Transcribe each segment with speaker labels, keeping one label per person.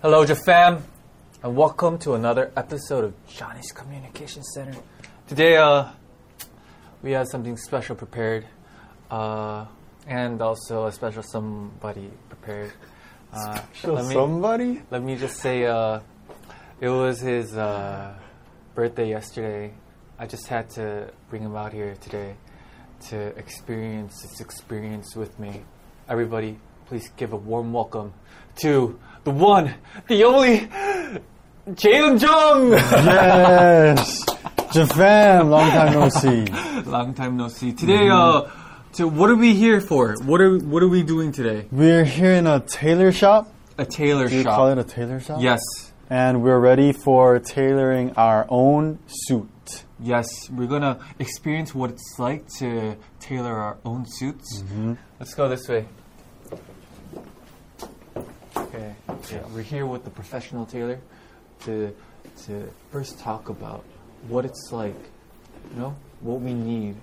Speaker 1: Hello, Jafam, and welcome to another episode of Johnny's Communication Center. Today, uh, we have something special prepared, uh, and also a special somebody prepared. Uh, let me-
Speaker 2: Somebody?
Speaker 1: Let me just say, uh, it was his uh, birthday yesterday. I just had to bring him out here today to experience this experience with me. Everybody, please give a warm welcome to the one, the only, Jalen Jung!
Speaker 2: Yes! Jafam, long time no see.
Speaker 1: Long time no see. Today,
Speaker 2: Mm-hmm.
Speaker 1: uh, to, what are we here for? What are what are we doing today?
Speaker 2: We're here in a tailor shop.
Speaker 1: A tailor
Speaker 2: Do you
Speaker 1: shop.
Speaker 2: call it a tailor shop?
Speaker 1: yes,
Speaker 2: And we're ready for tailoring our own suit.
Speaker 1: yes. We're gonna experience what it's like to tailor our own suits. Let's go this way. Okay. Yeah, we're here with the professional tailor to to first talk about what it's like, you know, what we need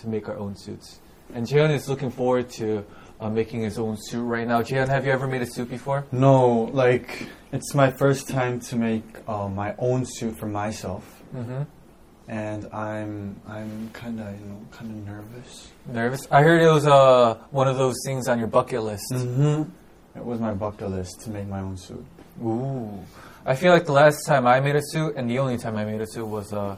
Speaker 1: to make our own suits. And Jayon is looking forward to uh, making his own suit right now. Jayon, have you ever made a suit before?
Speaker 2: No, like, it's my first time to make uh, my own suit for myself.
Speaker 1: Mm-hmm.
Speaker 2: And I'm, I'm kind of, you know, kind of nervous.
Speaker 1: Nervous? I heard it was uh, one of those things on your bucket list.
Speaker 2: Mm-hmm. It was my bucket list to make my own suit.
Speaker 1: Ooh. I feel like the last time I made a suit, and the only time I made a suit was uh,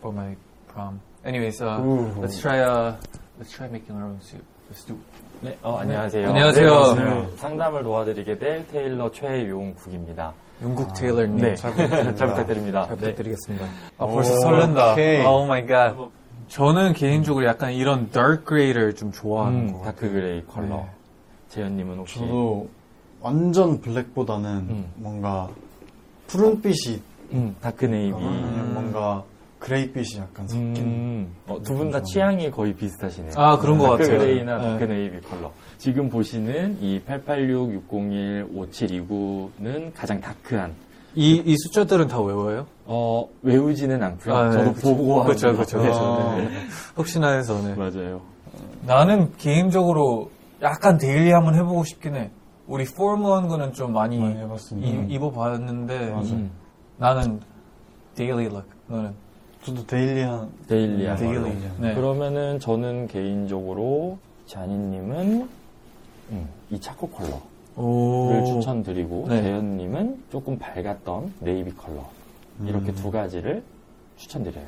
Speaker 1: for my prom. Anyways, uh,
Speaker 2: Ooh.
Speaker 1: let's try uh, let's try making our own suit. Let's do.
Speaker 3: 네, 어, 안녕하세요.
Speaker 1: 안녕하세요. 네.
Speaker 3: 저는 상담을 도와드리게 될 테일러 최용국입니다.
Speaker 1: 영국 테일러님.
Speaker 3: 네.
Speaker 1: Ah, 잘 부탁드립니다.
Speaker 3: 잘 부탁드립니다.
Speaker 1: 잘
Speaker 3: 네.
Speaker 1: 부탁드리겠습니다. 아,
Speaker 2: 오,
Speaker 1: 벌써 설렌다.
Speaker 2: 오케이.
Speaker 1: Oh my god. 저는 개인적으로 약간 이런 덜 그레이를 좀 좋아하는 것
Speaker 3: 음, 다크 그레이 컬러.
Speaker 1: 네.
Speaker 3: 재현님은 혹시?
Speaker 2: 저도 완전 블랙보다는
Speaker 3: 음.
Speaker 2: 뭔가 푸른빛이
Speaker 3: 음, 음. 다크 네이비.
Speaker 2: 아니면 뭔가 그레이빛이 약간 섞인
Speaker 3: 어, 두 분 다 취향이 거의 비슷하네요.
Speaker 1: 아, 그런 것
Speaker 3: 다크
Speaker 1: 같아요.
Speaker 3: 그레이나
Speaker 1: 네.
Speaker 3: 다크 네이비 컬러. 지금 보시는 이 886, 601, 5729는 가장 다크한.
Speaker 1: 이, 이 숫자들은 다 외워요?
Speaker 3: 어, 외우지는 않고요.
Speaker 1: 아, 네.
Speaker 3: 저도
Speaker 1: 그쵸.
Speaker 3: 보고
Speaker 1: 그쵸,
Speaker 3: 합니다.
Speaker 1: 그쵸,
Speaker 3: 네,
Speaker 1: 그쵸.
Speaker 3: 네.
Speaker 1: 혹시나 해서, 네.
Speaker 3: 맞아요.
Speaker 1: 나는 개인적으로 약간 데일리 한번 해보고 싶긴 해. 우리 포멀한 거는 좀 많이,
Speaker 2: 많이 해봤습니다.
Speaker 1: 이- 입어봤는데
Speaker 3: 음,
Speaker 1: 나는 데일리 룩. 너는
Speaker 2: 저도 데일리한
Speaker 3: 데일리한
Speaker 2: 데일리.
Speaker 3: 걸로.
Speaker 1: 네.
Speaker 3: 그러면은 저는 개인적으로 자니님은 음, 이 차코 컬러를
Speaker 1: 오.
Speaker 3: 추천드리고
Speaker 1: 네.
Speaker 3: 재현님은 조금 밝았던 네이비 컬러 이렇게
Speaker 1: 음.
Speaker 3: 두 가지를 추천드려요.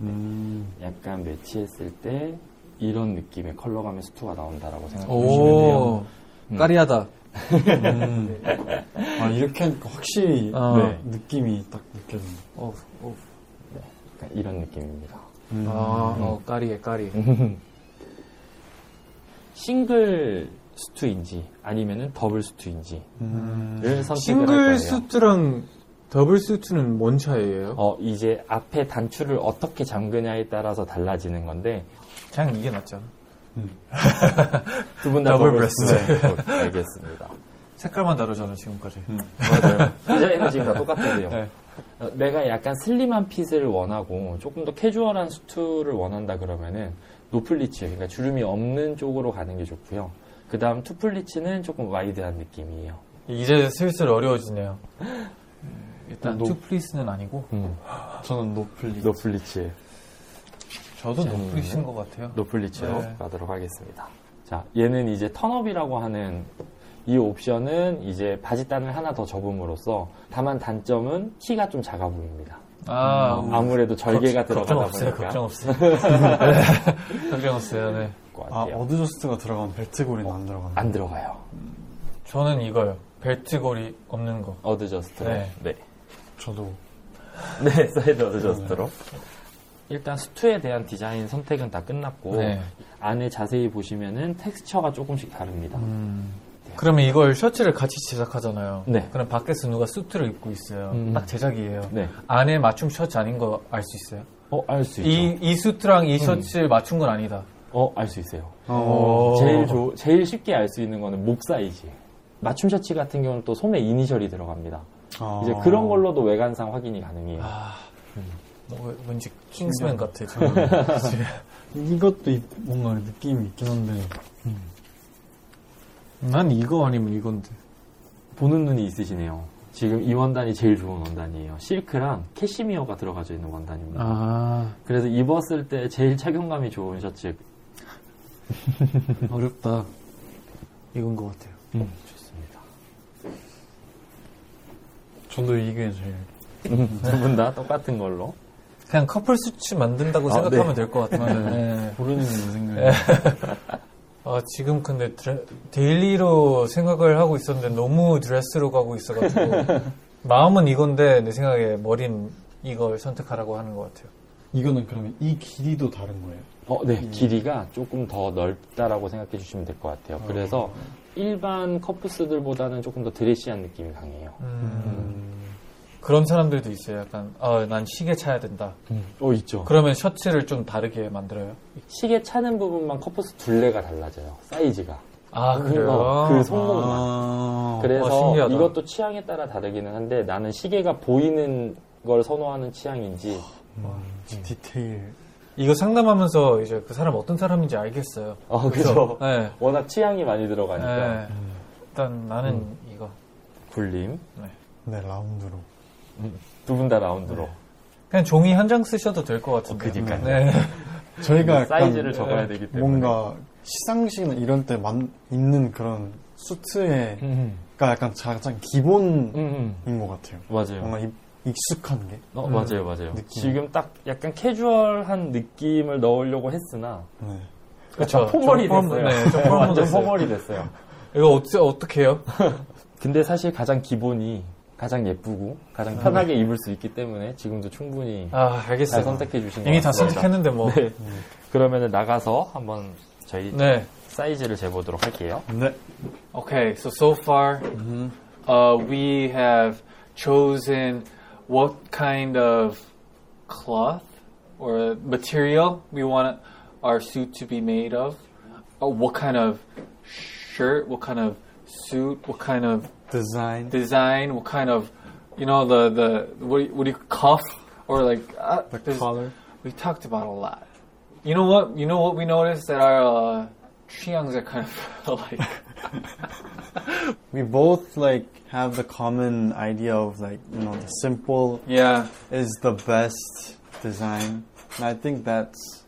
Speaker 2: 음,
Speaker 3: 약간 매치했을 때 이런 느낌의 컬러감의 수트가 나온다라고 생각하시면 돼요.
Speaker 1: 오. 까리하다.
Speaker 2: 음. 아, 이렇게 하니까 확실히
Speaker 1: 아.
Speaker 2: 네, 느낌이 딱 느껴져요
Speaker 1: 어, 어.
Speaker 3: 약간 그러니까 이런 느낌입니다.
Speaker 2: 음.
Speaker 1: 아, 어, 까리해, 까리.
Speaker 3: 싱글 수트인지 아니면은 더블 수트인지를
Speaker 2: 음.
Speaker 3: 선택을 할 거예요.
Speaker 1: 싱글 수트랑 더블 수트는 뭔 차이예요?
Speaker 3: 어, 이제 앞에 단추를 어떻게 잠그냐에 따라서 달라지는 건데,
Speaker 1: 그냥 이게 낫잖아.
Speaker 3: 두 분 다
Speaker 1: 더블
Speaker 3: 브레스트. 알겠습니다.
Speaker 1: 색깔만 다르잖아 지금까지.
Speaker 3: 맞아요. 디자인은 지금 다 똑같아요. 어, 내가 약간 슬림한 핏을 원하고, 조금 더 캐주얼한 수트를 원한다 그러면은, 노플리츠, 그러니까 주름이 없는 쪽으로 가는 게 좋고요. 그 다음 투플리츠는 조금 와이드한 느낌이에요.
Speaker 1: 이제 슬슬 어려워지네요. 일단
Speaker 2: 노-
Speaker 1: 투플리스는 아니고
Speaker 3: 음,
Speaker 2: 저는 노플리
Speaker 3: 노플리츠.
Speaker 1: 저도
Speaker 3: 재밌네.
Speaker 1: 노플리스인 것 같아요.
Speaker 3: 노플리츠로
Speaker 1: 네.
Speaker 3: 가도록 하겠습니다. 자, 얘는 이제 턴업이라고 하는 이 옵션은 이제 바지단을 하나 더 접음으로써 다만 단점은 키가 좀 작아 보입니다.
Speaker 1: 아,
Speaker 3: 어, 아무래도 절개가
Speaker 1: 걱정
Speaker 3: 들어가다
Speaker 1: 없어요.
Speaker 3: 보니까
Speaker 1: 걱정
Speaker 3: 것
Speaker 1: 없어요. 걱정 없어요. 네.
Speaker 2: 아
Speaker 3: 같아요.
Speaker 2: 어드저스트가 들어가면 벨트고리는 안 들어가나요?
Speaker 3: 그 안 들어가요.
Speaker 1: 저는 이거요. 벨트고리 없는 거.
Speaker 3: 어드저스트로.
Speaker 1: 네.
Speaker 3: 네. 네.
Speaker 2: 저도
Speaker 3: 사이드 어드저스트로. 일단 수트에 대한 디자인 선택은 다 끝났고
Speaker 1: 네.
Speaker 3: 안에 자세히 보시면은 텍스처가 조금씩 다릅니다.
Speaker 1: 그러면 이걸 셔츠를 같이 제작하잖아요.
Speaker 3: 네.
Speaker 1: 그럼 밖에서 누가 수트를 입고 있어요.
Speaker 3: 음.
Speaker 1: 딱 제작이에요.
Speaker 3: 네.
Speaker 1: 안에 맞춤 셔츠 아닌 거 알 수 있어요?
Speaker 3: 어, 알 수 있죠. 음.
Speaker 1: 이, 이 수트랑 이 셔츠 맞춘 건 아니다.
Speaker 3: 어, 알 수 있어요.
Speaker 1: 오.
Speaker 3: 제일 조- 제일 쉽게 알 수 있는 거는 목 사이즈. 맞춤 셔츠 같은 경우는 또 소매 이니셜이 들어갑니다.
Speaker 2: 아.
Speaker 3: 이제 그런 걸로도 외관상 확인이 가능해요.
Speaker 1: 아, 뭐, 왠지 킹스맨 같아. 네. 지금.
Speaker 2: 이것도 이- 뭔가 느낌이 있긴 한데
Speaker 1: 난 이거 아니면 이건데.
Speaker 3: 보는 눈이 있으시네요. 지금 이 원단이 제일 좋은 원단이에요. 실크랑 캐시미어가 들어가져 있는 원단입니다.
Speaker 1: 아
Speaker 3: 그래서 입었을 때 제일 착용감이 좋은 셔츠.
Speaker 1: 어렵다. 이건 것 같아요.
Speaker 3: 음, 좋습니다.
Speaker 1: 저도 이게 제일
Speaker 3: 두 분 다 똑같은 걸로.
Speaker 1: 그냥 커플 수치 만든다고
Speaker 3: 아,
Speaker 1: 생각하면 될 것 같아요. 네.
Speaker 2: 모르는 생각이.
Speaker 1: 아 지금 근데 드레- 데일리로 생각을 하고 있었는데 너무 드레스로 가고 있어가지고 마음은 이건데 내 생각에 머린 이걸 선택하라고 하는 것 같아요.
Speaker 2: 이거는 그러면 이 길이도 다른 거예요?
Speaker 3: 어, 네. 길이가 조금 더 넓다라고 생각해 주시면 될 것 같아요. 그래서 일반 컵부스들보다는 조금 더 드레시한 느낌이 강해요.
Speaker 1: 음. 그런 사람들도 있어요. 약간 아, 난 시계 차야 된다.
Speaker 3: 어, 있죠.
Speaker 1: 그러면 셔츠를 좀 다르게 만들어요.
Speaker 3: 시계 차는 부분만 컵부스 둘레가 달라져요. 사이즈가.
Speaker 1: 아
Speaker 3: 어,
Speaker 1: 그래요.
Speaker 3: 그 손목만.
Speaker 2: 아,
Speaker 3: 그래서
Speaker 1: 와, 신기하다.
Speaker 3: 이것도 취향에 따라 다르기는 한데 나는 시계가 보이는 걸 선호하는 취향인지
Speaker 2: 뭐 디테일.
Speaker 1: 이거 상담하면서 이제 그 사람 어떤 사람인지 알겠어요.
Speaker 3: 어, 그죠.
Speaker 1: 네.
Speaker 3: 워낙 취향이 많이 들어가니까 음.
Speaker 1: 네. 일단 나는 이거.
Speaker 3: 굴림
Speaker 2: 네, 라운드로.
Speaker 3: 두 분 다 라운드로
Speaker 1: 네. 그냥 종이 한 장 쓰셔도 될 것 같은데.
Speaker 3: 어, 그니까요.
Speaker 1: 네.
Speaker 2: 저희가 약간
Speaker 3: 음, 사이즈를 적어야 되기 때문에
Speaker 2: 뭔가 시상식이나 이런 때 만, 입는 그런 수트에가
Speaker 3: 음,
Speaker 2: 약간 가장 기본인
Speaker 3: 음,
Speaker 2: 것 같아요.
Speaker 3: 맞아요
Speaker 2: 뭔가 입- 익숙한 게.
Speaker 1: 음,
Speaker 3: 어, 맞아요 맞아요
Speaker 2: 느낌.
Speaker 3: 지금 딱 약간 캐주얼한 느낌을 넣으려고 했으나
Speaker 2: 네.
Speaker 1: 그쵸.
Speaker 3: 포멀이
Speaker 1: 좀 포멀-
Speaker 3: 됐어요
Speaker 1: 네, 좀 포멀
Speaker 3: 완전
Speaker 1: 됐어요.
Speaker 3: 포멀이 됐어요
Speaker 1: 이거 어째, 어떻게 해요?
Speaker 3: 근데 사실 가장 기본이 가장 예쁘고 가장 편하게 입을 수 있기 때문에 지금도 충분히
Speaker 1: 음. 아,
Speaker 3: 잘
Speaker 1: 알겠어요.
Speaker 3: 선택해 주신 것
Speaker 1: 이미 다
Speaker 3: 같습니다.
Speaker 1: 선택했는데 네. 뭐. 네.
Speaker 3: 네. 그러면 나가서 한번 저희 사이즈를 재보도록 할게요.
Speaker 2: 네.
Speaker 4: Okay, so so far, uh, we have chosen what kind of cloth or material we want our suit to be made of, or what kind of shirt, what kind of suit, what kind of
Speaker 2: 디자인.
Speaker 4: design, what kind of, you know, the the what do you, what do you cuff or like uh, there's-
Speaker 2: collar.
Speaker 4: We talked about a lot. You know what? You know what we noticed that our uh, Chiangs are kind of alike.
Speaker 2: We both like have the common idea of like, you know, the simple
Speaker 4: yeah.
Speaker 2: is the best design. And I think that's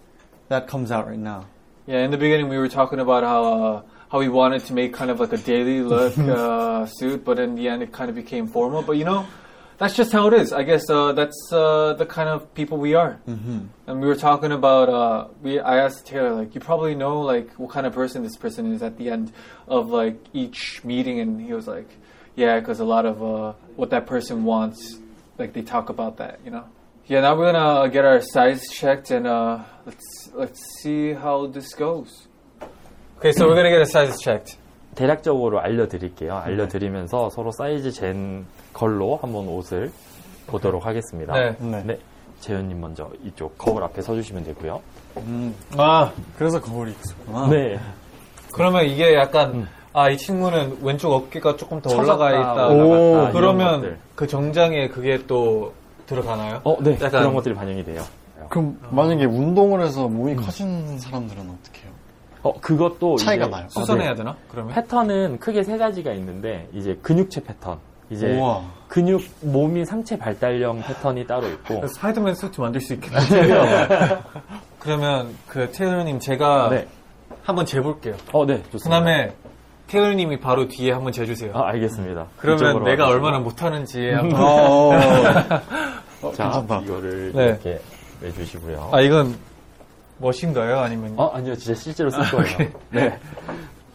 Speaker 2: that comes out right now.
Speaker 4: Yeah, in the beginning we were talking about how uh, how we wanted to make kind of like a daily look uh, suit, but in the end it kind of became formal. But you know, that's just how it is. I guess uh, that's uh, the kind of people we are. Mm-hmm. And we were talking about uh, we. I asked Taylor like, you probably know like what kind of person this person is at the end of like each meeting, and he was like, yeah, because a lot of uh, what that person wants, like they talk about that, you know. Yeah, now we're gonna get our size checked and uh, let's let's see how this goes.
Speaker 1: Okay, so we're gonna get a size checked.
Speaker 3: 대략적으로 알려드릴게요.
Speaker 1: 네.
Speaker 3: 알려드리면서 서로 사이즈 잰 걸로 한번 옷을 보도록 하겠습니다.
Speaker 1: 네.
Speaker 2: 네.
Speaker 3: 재현님 먼저 이쪽 거울 앞에 서주시면 되고요.
Speaker 1: 아,
Speaker 2: 그래서 거울이 있었구나.
Speaker 3: 네.
Speaker 1: 그러면 이게 약간, 아, 이 친구는 왼쪽 어깨가 조금 더 올라가 있다.
Speaker 2: 올라가. 오,
Speaker 3: 올라갔다, 아, 이런
Speaker 1: 그러면
Speaker 3: 것들.
Speaker 1: 그 정장에 그게 또 들어가나요?
Speaker 3: 어, 네.
Speaker 1: 약간-
Speaker 3: 그런 것들이 반영이 돼요.
Speaker 2: 그럼
Speaker 1: 어.
Speaker 2: 만약에 운동을 해서 몸이
Speaker 1: 음.
Speaker 2: 커진 사람들은 어떻게 해요?
Speaker 3: 어, 그것도
Speaker 2: 차이가
Speaker 3: 이제 네.
Speaker 2: 나요.
Speaker 1: 수선해야 되나? 그러면?
Speaker 3: 아, 패턴은 크게 세 가지가 있는데 이제 근육체 패턴,
Speaker 1: 예.
Speaker 3: 이제
Speaker 2: 우와.
Speaker 3: 근육 몸이 상체 발달형 패턴이 따로 있고
Speaker 1: 스파이더맨 수트 만들 수 있겠네요. 그러면 그 테일러님 제가
Speaker 3: 아, 네.
Speaker 1: 한번 재볼게요.
Speaker 3: 어, 네, 좋습니다.
Speaker 1: 그다음에 테일러님이 바로 뒤에 한번 재주세요.
Speaker 3: 아, 알겠습니다.
Speaker 1: 그러면
Speaker 3: 이쪽으로
Speaker 1: 내가
Speaker 3: 와주시고.
Speaker 1: 얼마나 못하는지 한번.
Speaker 2: 어,
Speaker 3: 자,
Speaker 2: 괜찮다.
Speaker 3: 이거를
Speaker 1: 네.
Speaker 3: 이렇게 내주시고요.
Speaker 1: 아 이건 멋인가요? 아니면
Speaker 3: 어, 아니요, 진짜 실제로 쓸 거예요. 네.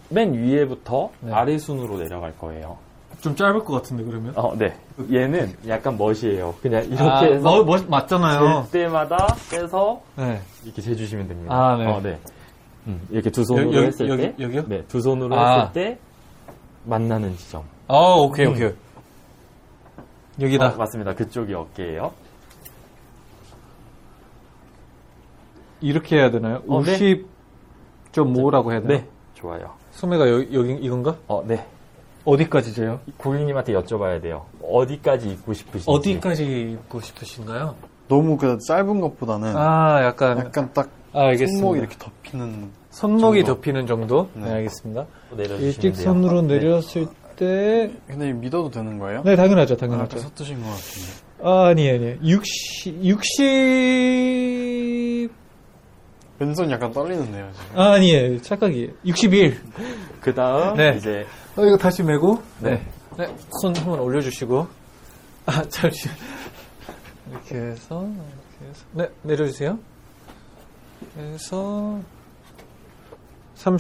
Speaker 3: 맨 위에부터 아래 순으로 내려갈 거예요.
Speaker 1: 좀 짧을 것 같은데 그러면?
Speaker 3: 어, 네. 얘는 약간 멋이에요. 그냥 이렇게
Speaker 1: 아, 뭐,
Speaker 3: 해서
Speaker 1: 멋 맞잖아요.
Speaker 3: 될 때마다 빼서
Speaker 1: 네.
Speaker 3: 이렇게 재주시면 됩니다.
Speaker 1: 아, 네.
Speaker 3: 어, 음, 이렇게 두 손으로
Speaker 1: 여- 여-
Speaker 3: 했을
Speaker 1: 여기-
Speaker 3: 때,
Speaker 1: 여기요?
Speaker 3: 네, 두 손으로
Speaker 1: 아.
Speaker 3: 했을 때 만나는 지점.
Speaker 1: 아 오케이
Speaker 3: 음.
Speaker 1: 오케이. 여기다.
Speaker 3: 어, 맞습니다. 그쪽이 어깨예요.
Speaker 1: 이렇게 해야 되나요?
Speaker 3: 어, 네.
Speaker 1: 50.5라고 해야 되나요?
Speaker 3: 네, 좋아요.
Speaker 1: 소매가 여기, 여기 이건가?
Speaker 3: 어, 네.
Speaker 1: 어디까지 재요?
Speaker 3: 고객님한테 여쭤봐야 돼요. 어디까지 입고 싶으신지.
Speaker 1: 어디까지 입고 싶으신가요?
Speaker 2: 너무 그 짧은 것보다는
Speaker 1: 아 약간,
Speaker 2: 약간 딱
Speaker 1: 아, 알겠습니다.
Speaker 2: 손목 이렇게 덮이는
Speaker 1: 손목이
Speaker 2: 정도?
Speaker 1: 덮이는 정도? 네, 알겠습니다.
Speaker 3: 내려주시면 돼요.
Speaker 1: 일직선으로
Speaker 3: 네.
Speaker 1: 내렸을 때,
Speaker 2: 근데 이거 믿어도 되는 거예요?
Speaker 1: 네, 당연하죠,
Speaker 2: 아,
Speaker 1: 당연하죠.
Speaker 2: 좀 섞으신 것 같은데.
Speaker 1: 아, 아니, 아니. 60, 60,
Speaker 2: 왼손 약간 떨리는데요, 지금.
Speaker 1: 아, 아니에요. 착각이에요. 61.
Speaker 3: 그 다음
Speaker 1: 네.
Speaker 3: 이제
Speaker 1: 어, 이거 다시 메고.
Speaker 3: 네.
Speaker 1: 네, 손 한번 올려주시고. 아, 잠시만. 이렇게 해서, 이렇게 해서. 네, 내려주세요. 그래서,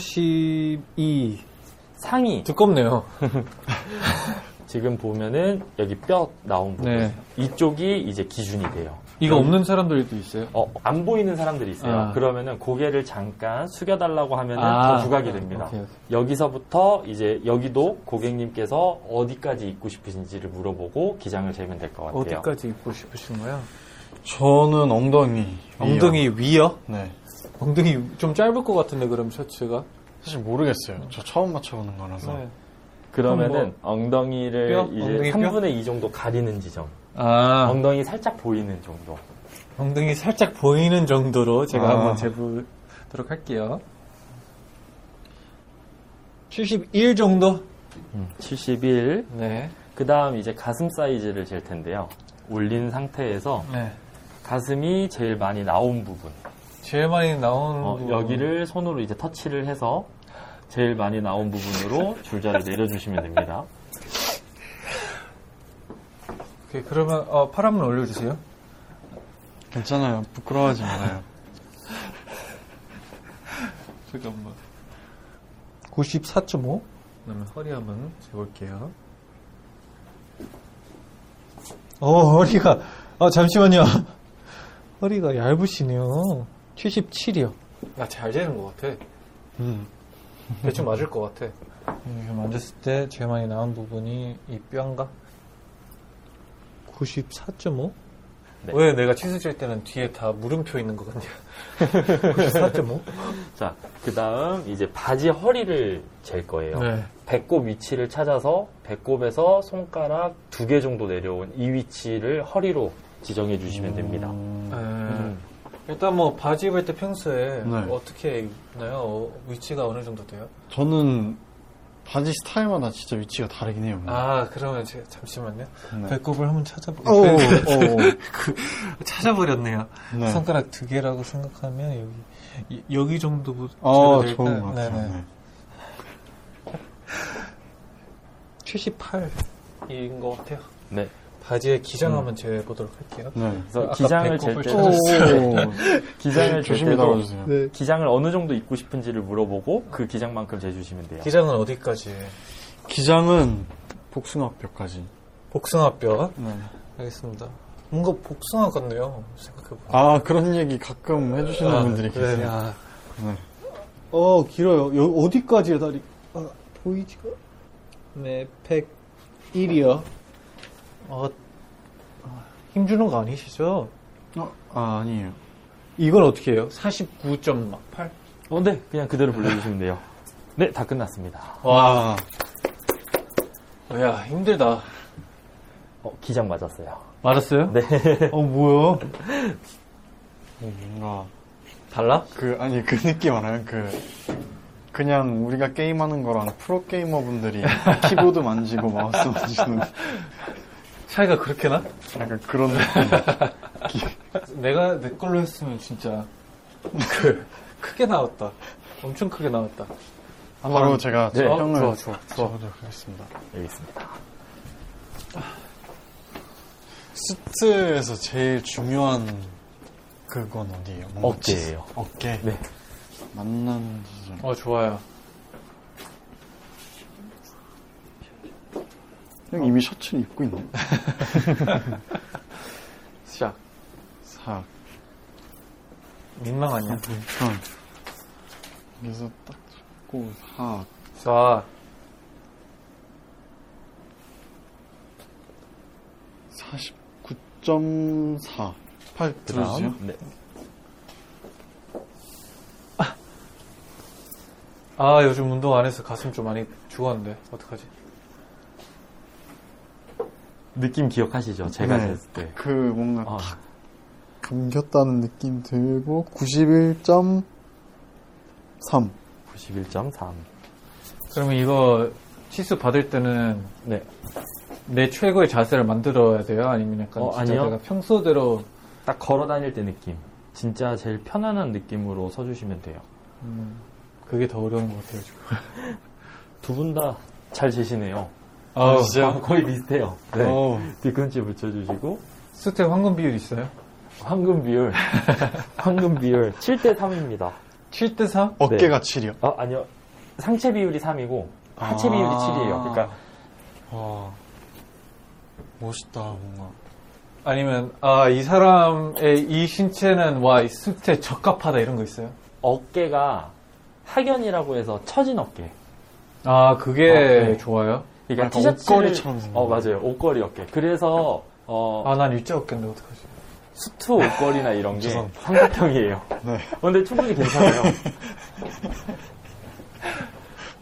Speaker 1: 32.
Speaker 3: 상의
Speaker 1: 두껍네요.
Speaker 3: 지금 보면은 여기 뼈 나온 부분
Speaker 1: 네.
Speaker 3: 이쪽이 이제 기준이 돼요.
Speaker 1: 이거 없는 사람들도 있어요.
Speaker 3: 어, 안 보이는 사람들이 있어요.
Speaker 1: 아.
Speaker 3: 그러면은 고개를 잠깐 숙여달라고 하면은
Speaker 1: 아.
Speaker 3: 더 부각이 됩니다.
Speaker 1: 오케이, 오케이.
Speaker 3: 여기서부터 이제 여기도 고객님께서 어디까지 입고 싶으신지를 물어보고 기장을 재면 될 것 같아요.
Speaker 1: 어디까지 입고 싶으신 거야?
Speaker 2: 저는 엉덩이. 위요.
Speaker 1: 엉덩이 위요?
Speaker 2: 네.
Speaker 1: 엉덩이 좀 짧을 것 같은데, 그럼 셔츠가?
Speaker 2: 사실 모르겠어요. 저 처음 맞춰보는 거라서.
Speaker 1: 네.
Speaker 3: 그러면은 엉덩이를
Speaker 1: 뼈? 엉덩이
Speaker 3: 이제
Speaker 1: 뼈?
Speaker 3: 3분의 2 정도 가리는 지점.
Speaker 1: 아.
Speaker 3: 엉덩이 살짝 보이는 정도.
Speaker 1: 엉덩이 살짝 보이는 정도로 제가
Speaker 2: 아.
Speaker 1: 한번 재보도록 할게요. 71 정도? 음.
Speaker 3: 71.
Speaker 1: 네.
Speaker 3: 그 다음 이제 가슴 사이즈를 잴 텐데요. 올린 상태에서
Speaker 1: 네.
Speaker 3: 가슴이 제일 많이 나온 부분.
Speaker 1: 제일 많이 나온
Speaker 3: 어,
Speaker 1: 부분.
Speaker 3: 여기를 손으로 이제 터치를 해서 제일 많이 나온 부분으로 줄자를 내려주시면 됩니다.
Speaker 1: 오케이, 그러면 어, 팔 한번 올려주세요.
Speaker 2: 괜찮아요. 부끄러워하지 말아요.
Speaker 1: 잠깐만. 94.5? 그다음에 허리 한번 재볼게요. 어, 허리가, 아, 잠시만요. 허리가 얇으시네요. 77이요. 나 잘 되는 것 같아.
Speaker 2: 음.
Speaker 1: 대충 맞을 것 같아. 이렇게 음, 만졌을 때 제일 많이 나온 부분이 이 뼈인가? 94.5?
Speaker 3: 네.
Speaker 1: 왜 내가 치수 칠 때는 뒤에 다 물음표 있는 것 같냐? 94.5?
Speaker 3: 자, 그 다음 이제 바지 허리를 잴 거예요.
Speaker 1: 네.
Speaker 3: 배꼽 위치를 찾아서 배꼽에서 손가락 두 개 정도 내려온 이 위치를 허리로 지정해 주시면 됩니다.
Speaker 1: 네.
Speaker 3: 음.
Speaker 1: 일단 뭐 바지 입을 때 평소에
Speaker 2: 네.
Speaker 1: 어떻게 입나요? 어, 위치가 어느 정도 돼요?
Speaker 2: 저는 바지 스타일마다 진짜 위치가 다르긴 해요.
Speaker 1: 아 그러면 제가 잠시만요.
Speaker 2: 음. 네.
Speaker 1: 배꼽을 한번 찾아보.
Speaker 2: 오,
Speaker 1: 그,
Speaker 2: 오.
Speaker 1: 찾아버렸네요.
Speaker 2: 네.
Speaker 1: 손가락 두 개라고 생각하면 여기 이- 여기 정도. 그,
Speaker 2: 어, 좋은 것 같아요. 네.
Speaker 1: 78인 것 같아요. 음.
Speaker 3: 네.
Speaker 1: 바지에 기장 한번 재보도록 할게요.
Speaker 2: 네.
Speaker 3: 그래서
Speaker 1: 아까
Speaker 3: 기장을 잴
Speaker 1: 배꼽을
Speaker 3: 때,
Speaker 1: 좀-
Speaker 3: 기장을 잴
Speaker 2: 조심히
Speaker 3: 때도
Speaker 2: 나와주세요.
Speaker 1: 네.
Speaker 3: 기장을 어느 정도 입고 싶은지를 물어보고 그 기장만큼 재주시면 돼요.
Speaker 1: 기장은 어디까지?
Speaker 2: 기장은 복숭아뼈까지.
Speaker 1: 복숭아뼈.
Speaker 2: 네.
Speaker 1: 알겠습니다. 뭔가 복숭아 같네요. 생각해보면.
Speaker 2: 아 그런 얘기 가끔 해주시는 분들이 계세요.
Speaker 1: 네. 아,
Speaker 2: 네.
Speaker 1: 어 길어요. 여, 어디까지요 다리? 아 보이지가? 네, 101이요. 어, 아, 힘주는 거 아니시죠?
Speaker 2: 어, 아 아니에요.
Speaker 1: 이건 어떻게 해요? 49.8?
Speaker 3: 어, 네, 그냥 그대로 불러주시면 돼요. 네, 다 끝났습니다.
Speaker 2: 와
Speaker 1: 야 힘들다.
Speaker 3: 어, 기장 맞았어요.
Speaker 1: 맞았어요?
Speaker 3: 네.
Speaker 2: 어 뭐야? 뭔가
Speaker 3: 달라?
Speaker 2: 그 아니 그 느낌 알아요? 그 그냥 우리가 게임하는 거랑 프로 게이머분들이 키보드 만지고 마우스 만지는
Speaker 1: 차이가 그렇게 나?
Speaker 2: 약간 그런
Speaker 1: 네.
Speaker 2: 느낌.
Speaker 1: 내가 내 걸로 했으면 진짜 그 크게 나왔다. 엄청 크게 나왔다.
Speaker 2: 바로 제가
Speaker 3: 네.
Speaker 2: 형을
Speaker 1: 좋아, 좋아, 좋아.
Speaker 2: 보도록 하겠습니다.
Speaker 3: 여기 있습니다.
Speaker 2: 스트에서 제일 중요한 그건 어디예요? 뭔가
Speaker 3: 어깨예요.
Speaker 2: 치- 어깨.
Speaker 3: 네.
Speaker 2: 만난 지점.
Speaker 1: 어 좋아요.
Speaker 2: 형 이미 셔츠 는 입고 있네.
Speaker 1: 시작.
Speaker 2: 사.
Speaker 1: 민망하냐?
Speaker 2: 형. 그래서 딱 잡고 사.
Speaker 1: 자,
Speaker 2: 사십구점사. 팔 들어주세요.
Speaker 3: 네.
Speaker 1: 아 요즘 운동 안 해서 가슴 좀 많이 죽었는데 어떡하지?
Speaker 3: 느낌 기억하시죠? 제가
Speaker 2: 네.
Speaker 3: 쟀을 때.
Speaker 2: 그 뭔가
Speaker 3: 아,
Speaker 2: 감겼다는 느낌 들고 91.3.
Speaker 3: 91.3.
Speaker 1: 그러면 이거 시수 받을 때는
Speaker 3: 네.
Speaker 1: 내 최고의 자세를 만들어야 돼요? 아니면 약간
Speaker 3: 어,
Speaker 1: 진짜
Speaker 3: 아니요.
Speaker 1: 내가 평소대로
Speaker 3: 딱 걸어 다닐 때 느낌. 진짜 제일 편안한 느낌으로 서주시면 돼요.
Speaker 1: 음, 그게 더 어려운 것 같아요 지금.
Speaker 3: 두 분 다 잘 지시네요.
Speaker 1: 아,
Speaker 3: 거- 거의 비슷해요. 네.
Speaker 2: 어,
Speaker 3: 뒤꿈치 붙여주시고
Speaker 1: 수태 황금 비율 있어요?
Speaker 3: 황금 비율, 황금 비율 7대 3입니다.
Speaker 1: 7대 3?
Speaker 2: 어깨가 7이요.
Speaker 3: 아 아니요, 상체 비율이 3이고 하체
Speaker 2: 아.
Speaker 3: 비율이 7이에요. 그러니까
Speaker 2: 와, 멋있다, 뭔가.
Speaker 1: 아니면 아 이 사람의 이 신체는 와이 수태 적합하다 이런 거 있어요?
Speaker 3: 어깨가 하견이라고 해서 처진 어깨.
Speaker 1: 아 그게
Speaker 3: 어, 네.
Speaker 1: 좋아요?
Speaker 3: 그러니까
Speaker 2: 약간
Speaker 3: 티셔츠를-
Speaker 2: 옷걸이처럼 생긴
Speaker 3: 어
Speaker 2: 거.
Speaker 3: 맞아요, 옷걸이 어깨. 그래서 어,
Speaker 1: 아 난 일자 없겠네 어떡하지?
Speaker 3: 수트 옷걸이나 이런 게
Speaker 2: 죄송합니다.
Speaker 3: 삼각형이에요. 어,
Speaker 2: 네.
Speaker 3: 근데 충분히 괜찮아요.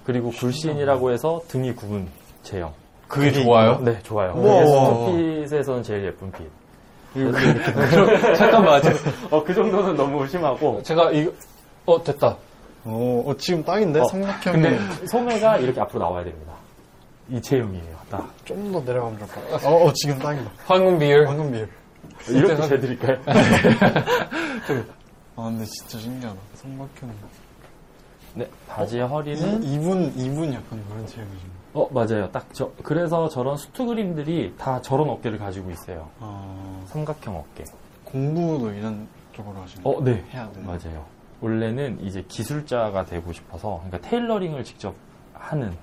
Speaker 3: 그리고 굴신이라고 해서 등이 굽은 체형.
Speaker 1: 그게 좋아요?
Speaker 3: 네, 좋아요.
Speaker 2: 우와.
Speaker 3: 그게 스토핏에서는 제일 예쁜 핏.
Speaker 1: 잠깐만 제-
Speaker 3: 어, 그 정도는 너무 심하고.
Speaker 1: 제가 이거 어 됐다
Speaker 2: 어, 어, 지금 딱인데?
Speaker 3: 어,
Speaker 2: 삼각형이
Speaker 3: 근데 소매가 이렇게 앞으로 나와야 됩니다. 이 체형이에요. 딱.
Speaker 2: 좀 더 내려가면 좋을 것 같아. 어, 어, 지금 딱이다.
Speaker 1: 황금 비율
Speaker 2: 방금 비율.
Speaker 3: 이렇게 재드릴까요?
Speaker 2: 아, 근데 진짜 신기하다. 삼각형.
Speaker 3: 네, 바지의 허리는
Speaker 2: 이, 이분, 이분 약간 그런 체형이죠.
Speaker 3: 어, 맞아요. 딱 저, 그래서 저런 수트 그림들이 다 저런 어깨를 가지고 있어요.
Speaker 2: 아,
Speaker 3: 삼각형 어깨.
Speaker 2: 공부도 이런 쪽으로 하시는
Speaker 3: 어, 네.
Speaker 2: 해야 되나?
Speaker 3: 맞아요. 원래는 이제 기술자가 되고 싶어서, 그러니까 테일러링을 직접 하는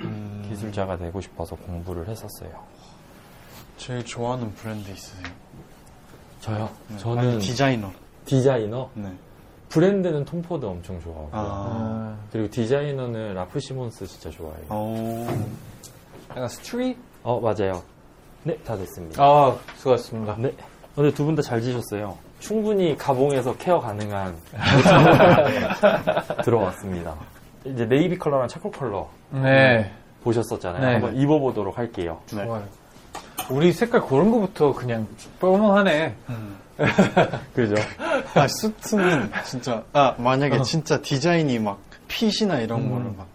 Speaker 2: 음,
Speaker 3: 기술자가 되고 싶어서 공부를 했었어요.
Speaker 2: 제일 좋아하는 브랜드 있으세요?
Speaker 3: 저요?
Speaker 2: 네.
Speaker 3: 저는
Speaker 2: 아니, 디자이너.
Speaker 3: 그 디자이너,
Speaker 2: 네.
Speaker 3: 브랜드는 톰포드 엄청 좋아하고,
Speaker 2: 아,
Speaker 1: 아,
Speaker 3: 그리고 디자이너는 라프 시몬스 진짜 좋아해요. 어,
Speaker 2: 어,
Speaker 1: 약간 스트릿?
Speaker 3: 맞아요. 네, 다 됐습니다.
Speaker 1: 아 수고하셨습니다
Speaker 3: 네. 근데 두 분 다 잘 지셨어요. 충분히 가봉에서 케어 가능한 들어왔습니다. 이제 네이비 컬러랑 차콜 컬러
Speaker 1: 네
Speaker 3: 보셨었잖아요.
Speaker 1: 네.
Speaker 3: 한번 입어보도록 할게요.
Speaker 2: 네.
Speaker 1: 좋아요 우리 색깔 고른 거부터 그냥 뻔뻔하네
Speaker 2: 음.
Speaker 3: 그죠?
Speaker 2: 아, 수트는 진짜, 아, 만약에 진짜 디자인이 막 핏이나 이런 거를 막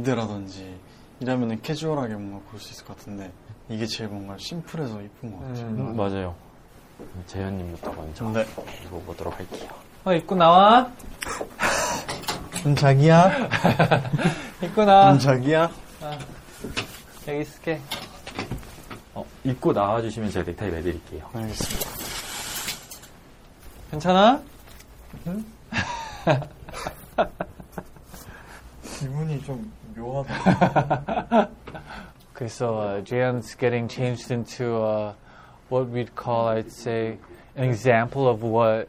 Speaker 2: 와이드라든지 이러면은 캐주얼하게 뭔가 볼 수 있을 것 같은데 이게 제일 뭔가 심플해서 이쁜 것 같아요.
Speaker 1: 음.
Speaker 3: 맞아요. 재현님부터 먼저
Speaker 2: 근데
Speaker 3: 입어보도록 할게요.
Speaker 1: 어 입고 나와
Speaker 2: 음, 자기야?
Speaker 1: 입고 나와
Speaker 2: 음, 자기야?
Speaker 1: 여기 있을게
Speaker 3: 어, 네. 입고 나와주시면 제가 넥타이 매드릴게요.
Speaker 2: 알겠습니다.
Speaker 1: 괜찮아?
Speaker 2: 기분이 좀 묘하다.
Speaker 4: Okay, so uh, Jan's getting changed into uh, what we'd call, I'd say, an example of what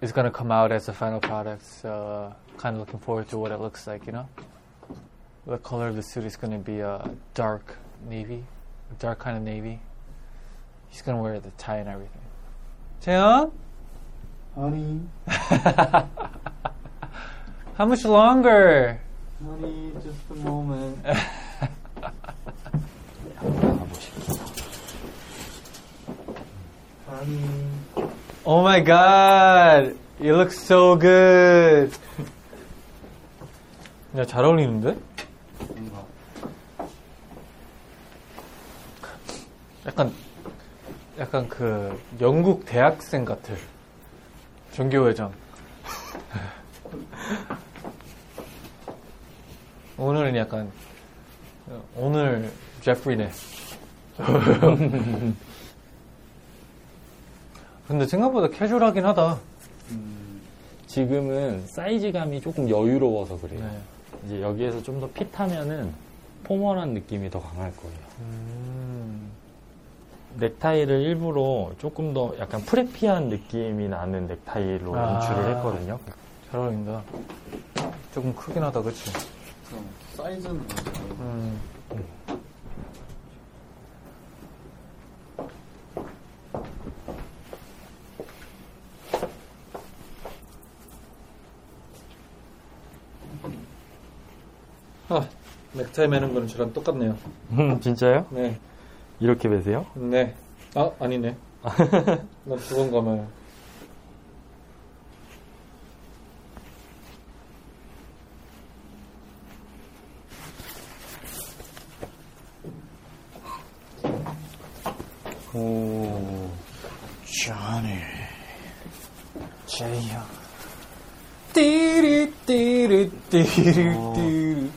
Speaker 4: is going to come out as a final product. So, uh, kind of looking forward to what it looks like, you know? The color of the suit is going to be a dark navy, a dark kind of navy. He's going to wear the tie and everything.
Speaker 1: 재현?
Speaker 2: 아니,
Speaker 1: How much longer?
Speaker 2: 아니, just a moment.
Speaker 3: 나와보실게요.
Speaker 1: Oh my god. You look so good. 야, 잘 어울리는데?
Speaker 2: 뭔가
Speaker 1: 약간 약간 그 영국 대학생 같아. 전교회장. 오늘은 약간 오늘 제프리네. 근데 생각보다 캐주얼하긴 하다.
Speaker 3: 지금은 사이즈감이 조금 여유로워서 그래요.
Speaker 1: 네.
Speaker 3: 이제 여기에서 좀 더 핏하면은 포멀한 느낌이 더 강할 거예요.
Speaker 1: 음.
Speaker 3: 넥타이를 일부러 조금 더 약간 프레피한 느낌이 나는 넥타이로
Speaker 1: 아.
Speaker 3: 연출을 했거든요.
Speaker 1: 잘 어울린다. 조금 크긴 하다, 그치?
Speaker 2: 좀 사이즈는 맞아요.
Speaker 1: 음. 아, 넥타이 매는 거는 저랑 똑같네요.
Speaker 3: 음, 진짜요?
Speaker 1: 네,
Speaker 3: 이렇게 매세요?
Speaker 1: 네. 아, 아니네. 난 두 번 감아요.
Speaker 2: 오, 쟈니.
Speaker 4: 제이형.
Speaker 1: 띠리 띠리 띠리 띠리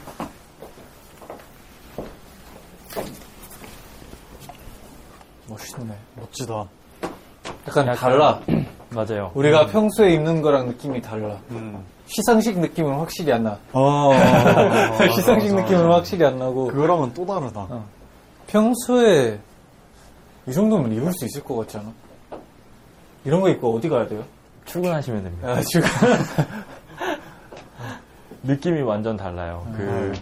Speaker 4: 멋있네.
Speaker 2: 멋지다.
Speaker 1: 약간 달라
Speaker 3: 맞아요.
Speaker 1: 우리가 평소에 입는 거랑 느낌이 달라
Speaker 2: 음.
Speaker 1: 시상식 느낌은 확실히 안나
Speaker 2: 어,
Speaker 1: 시상식 느낌은 확실히 안 나고
Speaker 2: 그거랑은 또 다르다.
Speaker 1: 평소에 이 정도면 입을 수 있을 것 같지 않아? 이런 거 입고 어디 가야 돼요?
Speaker 3: 출근하시면 됩니다.
Speaker 1: 아, 지금
Speaker 3: 느낌이 완전 달라요. 그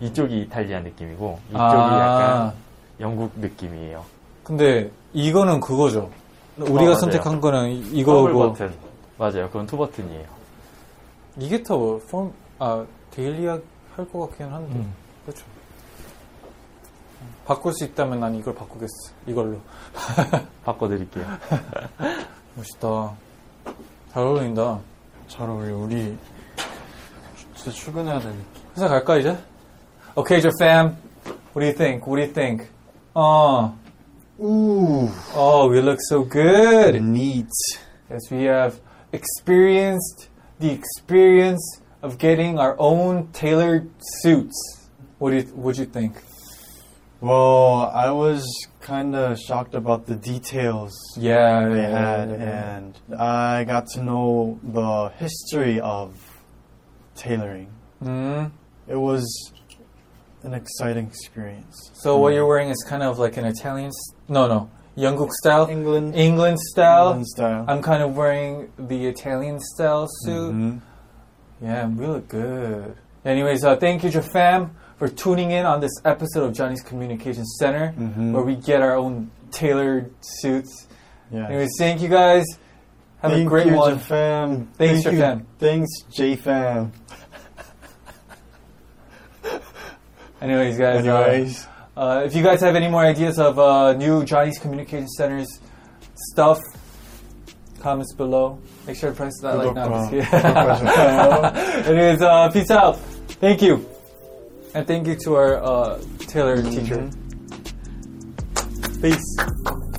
Speaker 3: 이쪽이 이탈리아 느낌이고 이쪽이
Speaker 1: 음. 아.
Speaker 3: 약간 영국 느낌이에요.
Speaker 1: 근데 이거는 그거죠. 우리가
Speaker 3: 맞아요.
Speaker 1: 선택한 거는 뭐 이-
Speaker 3: 더블
Speaker 1: 이거고
Speaker 3: 버튼 맞아요. 그건 투 버튼이에요.
Speaker 1: 이게 더 폼, 아, 데일리학 할 것 같긴 한데 그렇죠. 바꿀 수 있다면 난 이걸 바꾸겠어. 이걸로
Speaker 3: 바꿔드릴게요.
Speaker 1: 멋있다. 잘 어울린다.
Speaker 2: 잘 어울려. 우리 진짜 출근해야 되니까.
Speaker 1: 회사 갈까 이제? Okay, j fam. What do you think? What do you think? 어,
Speaker 2: 우,
Speaker 1: oh, we look so good.
Speaker 2: Mm. neat.
Speaker 1: Yes, we have experienced the experience of getting our own tailored suits. What do you, would you think?
Speaker 2: Well, I was kind of shocked about the details
Speaker 1: Yeah,
Speaker 2: they had, and I got to know the history of tailoring.
Speaker 1: Mm.
Speaker 2: It was an exciting experience.
Speaker 1: So what you're wearing is kind of like an Italian, s- no, no, Yongguk style,
Speaker 2: England,
Speaker 1: England style.
Speaker 2: England style.
Speaker 1: I'm kind of wearing the Italian style suit.
Speaker 2: Mhm.
Speaker 1: Yeah, we look good. Anyways, uh, thank you, Jafam, for tuning in on this episode of Johnny's Communication Center,
Speaker 2: Mhm.
Speaker 1: where we get our own tailored suits.
Speaker 2: Yeah.
Speaker 1: Anyways, thank you guys. Have
Speaker 2: Thank
Speaker 1: a great
Speaker 2: you,
Speaker 1: one.
Speaker 2: JFam.
Speaker 1: Thanks,
Speaker 2: Thank you.
Speaker 1: JFam.
Speaker 2: Thanks, JFam.
Speaker 1: Anyways, guys. uh,
Speaker 2: Anyways,
Speaker 1: Uh, if you guys have any more ideas of uh, new Johnny's Communication Center's stuff, comments below. Make sure to press that like. No, I'm just kidding. Anyways, uh, peace out. Thank you, and thank you to our uh, Taylor teacher. Peace.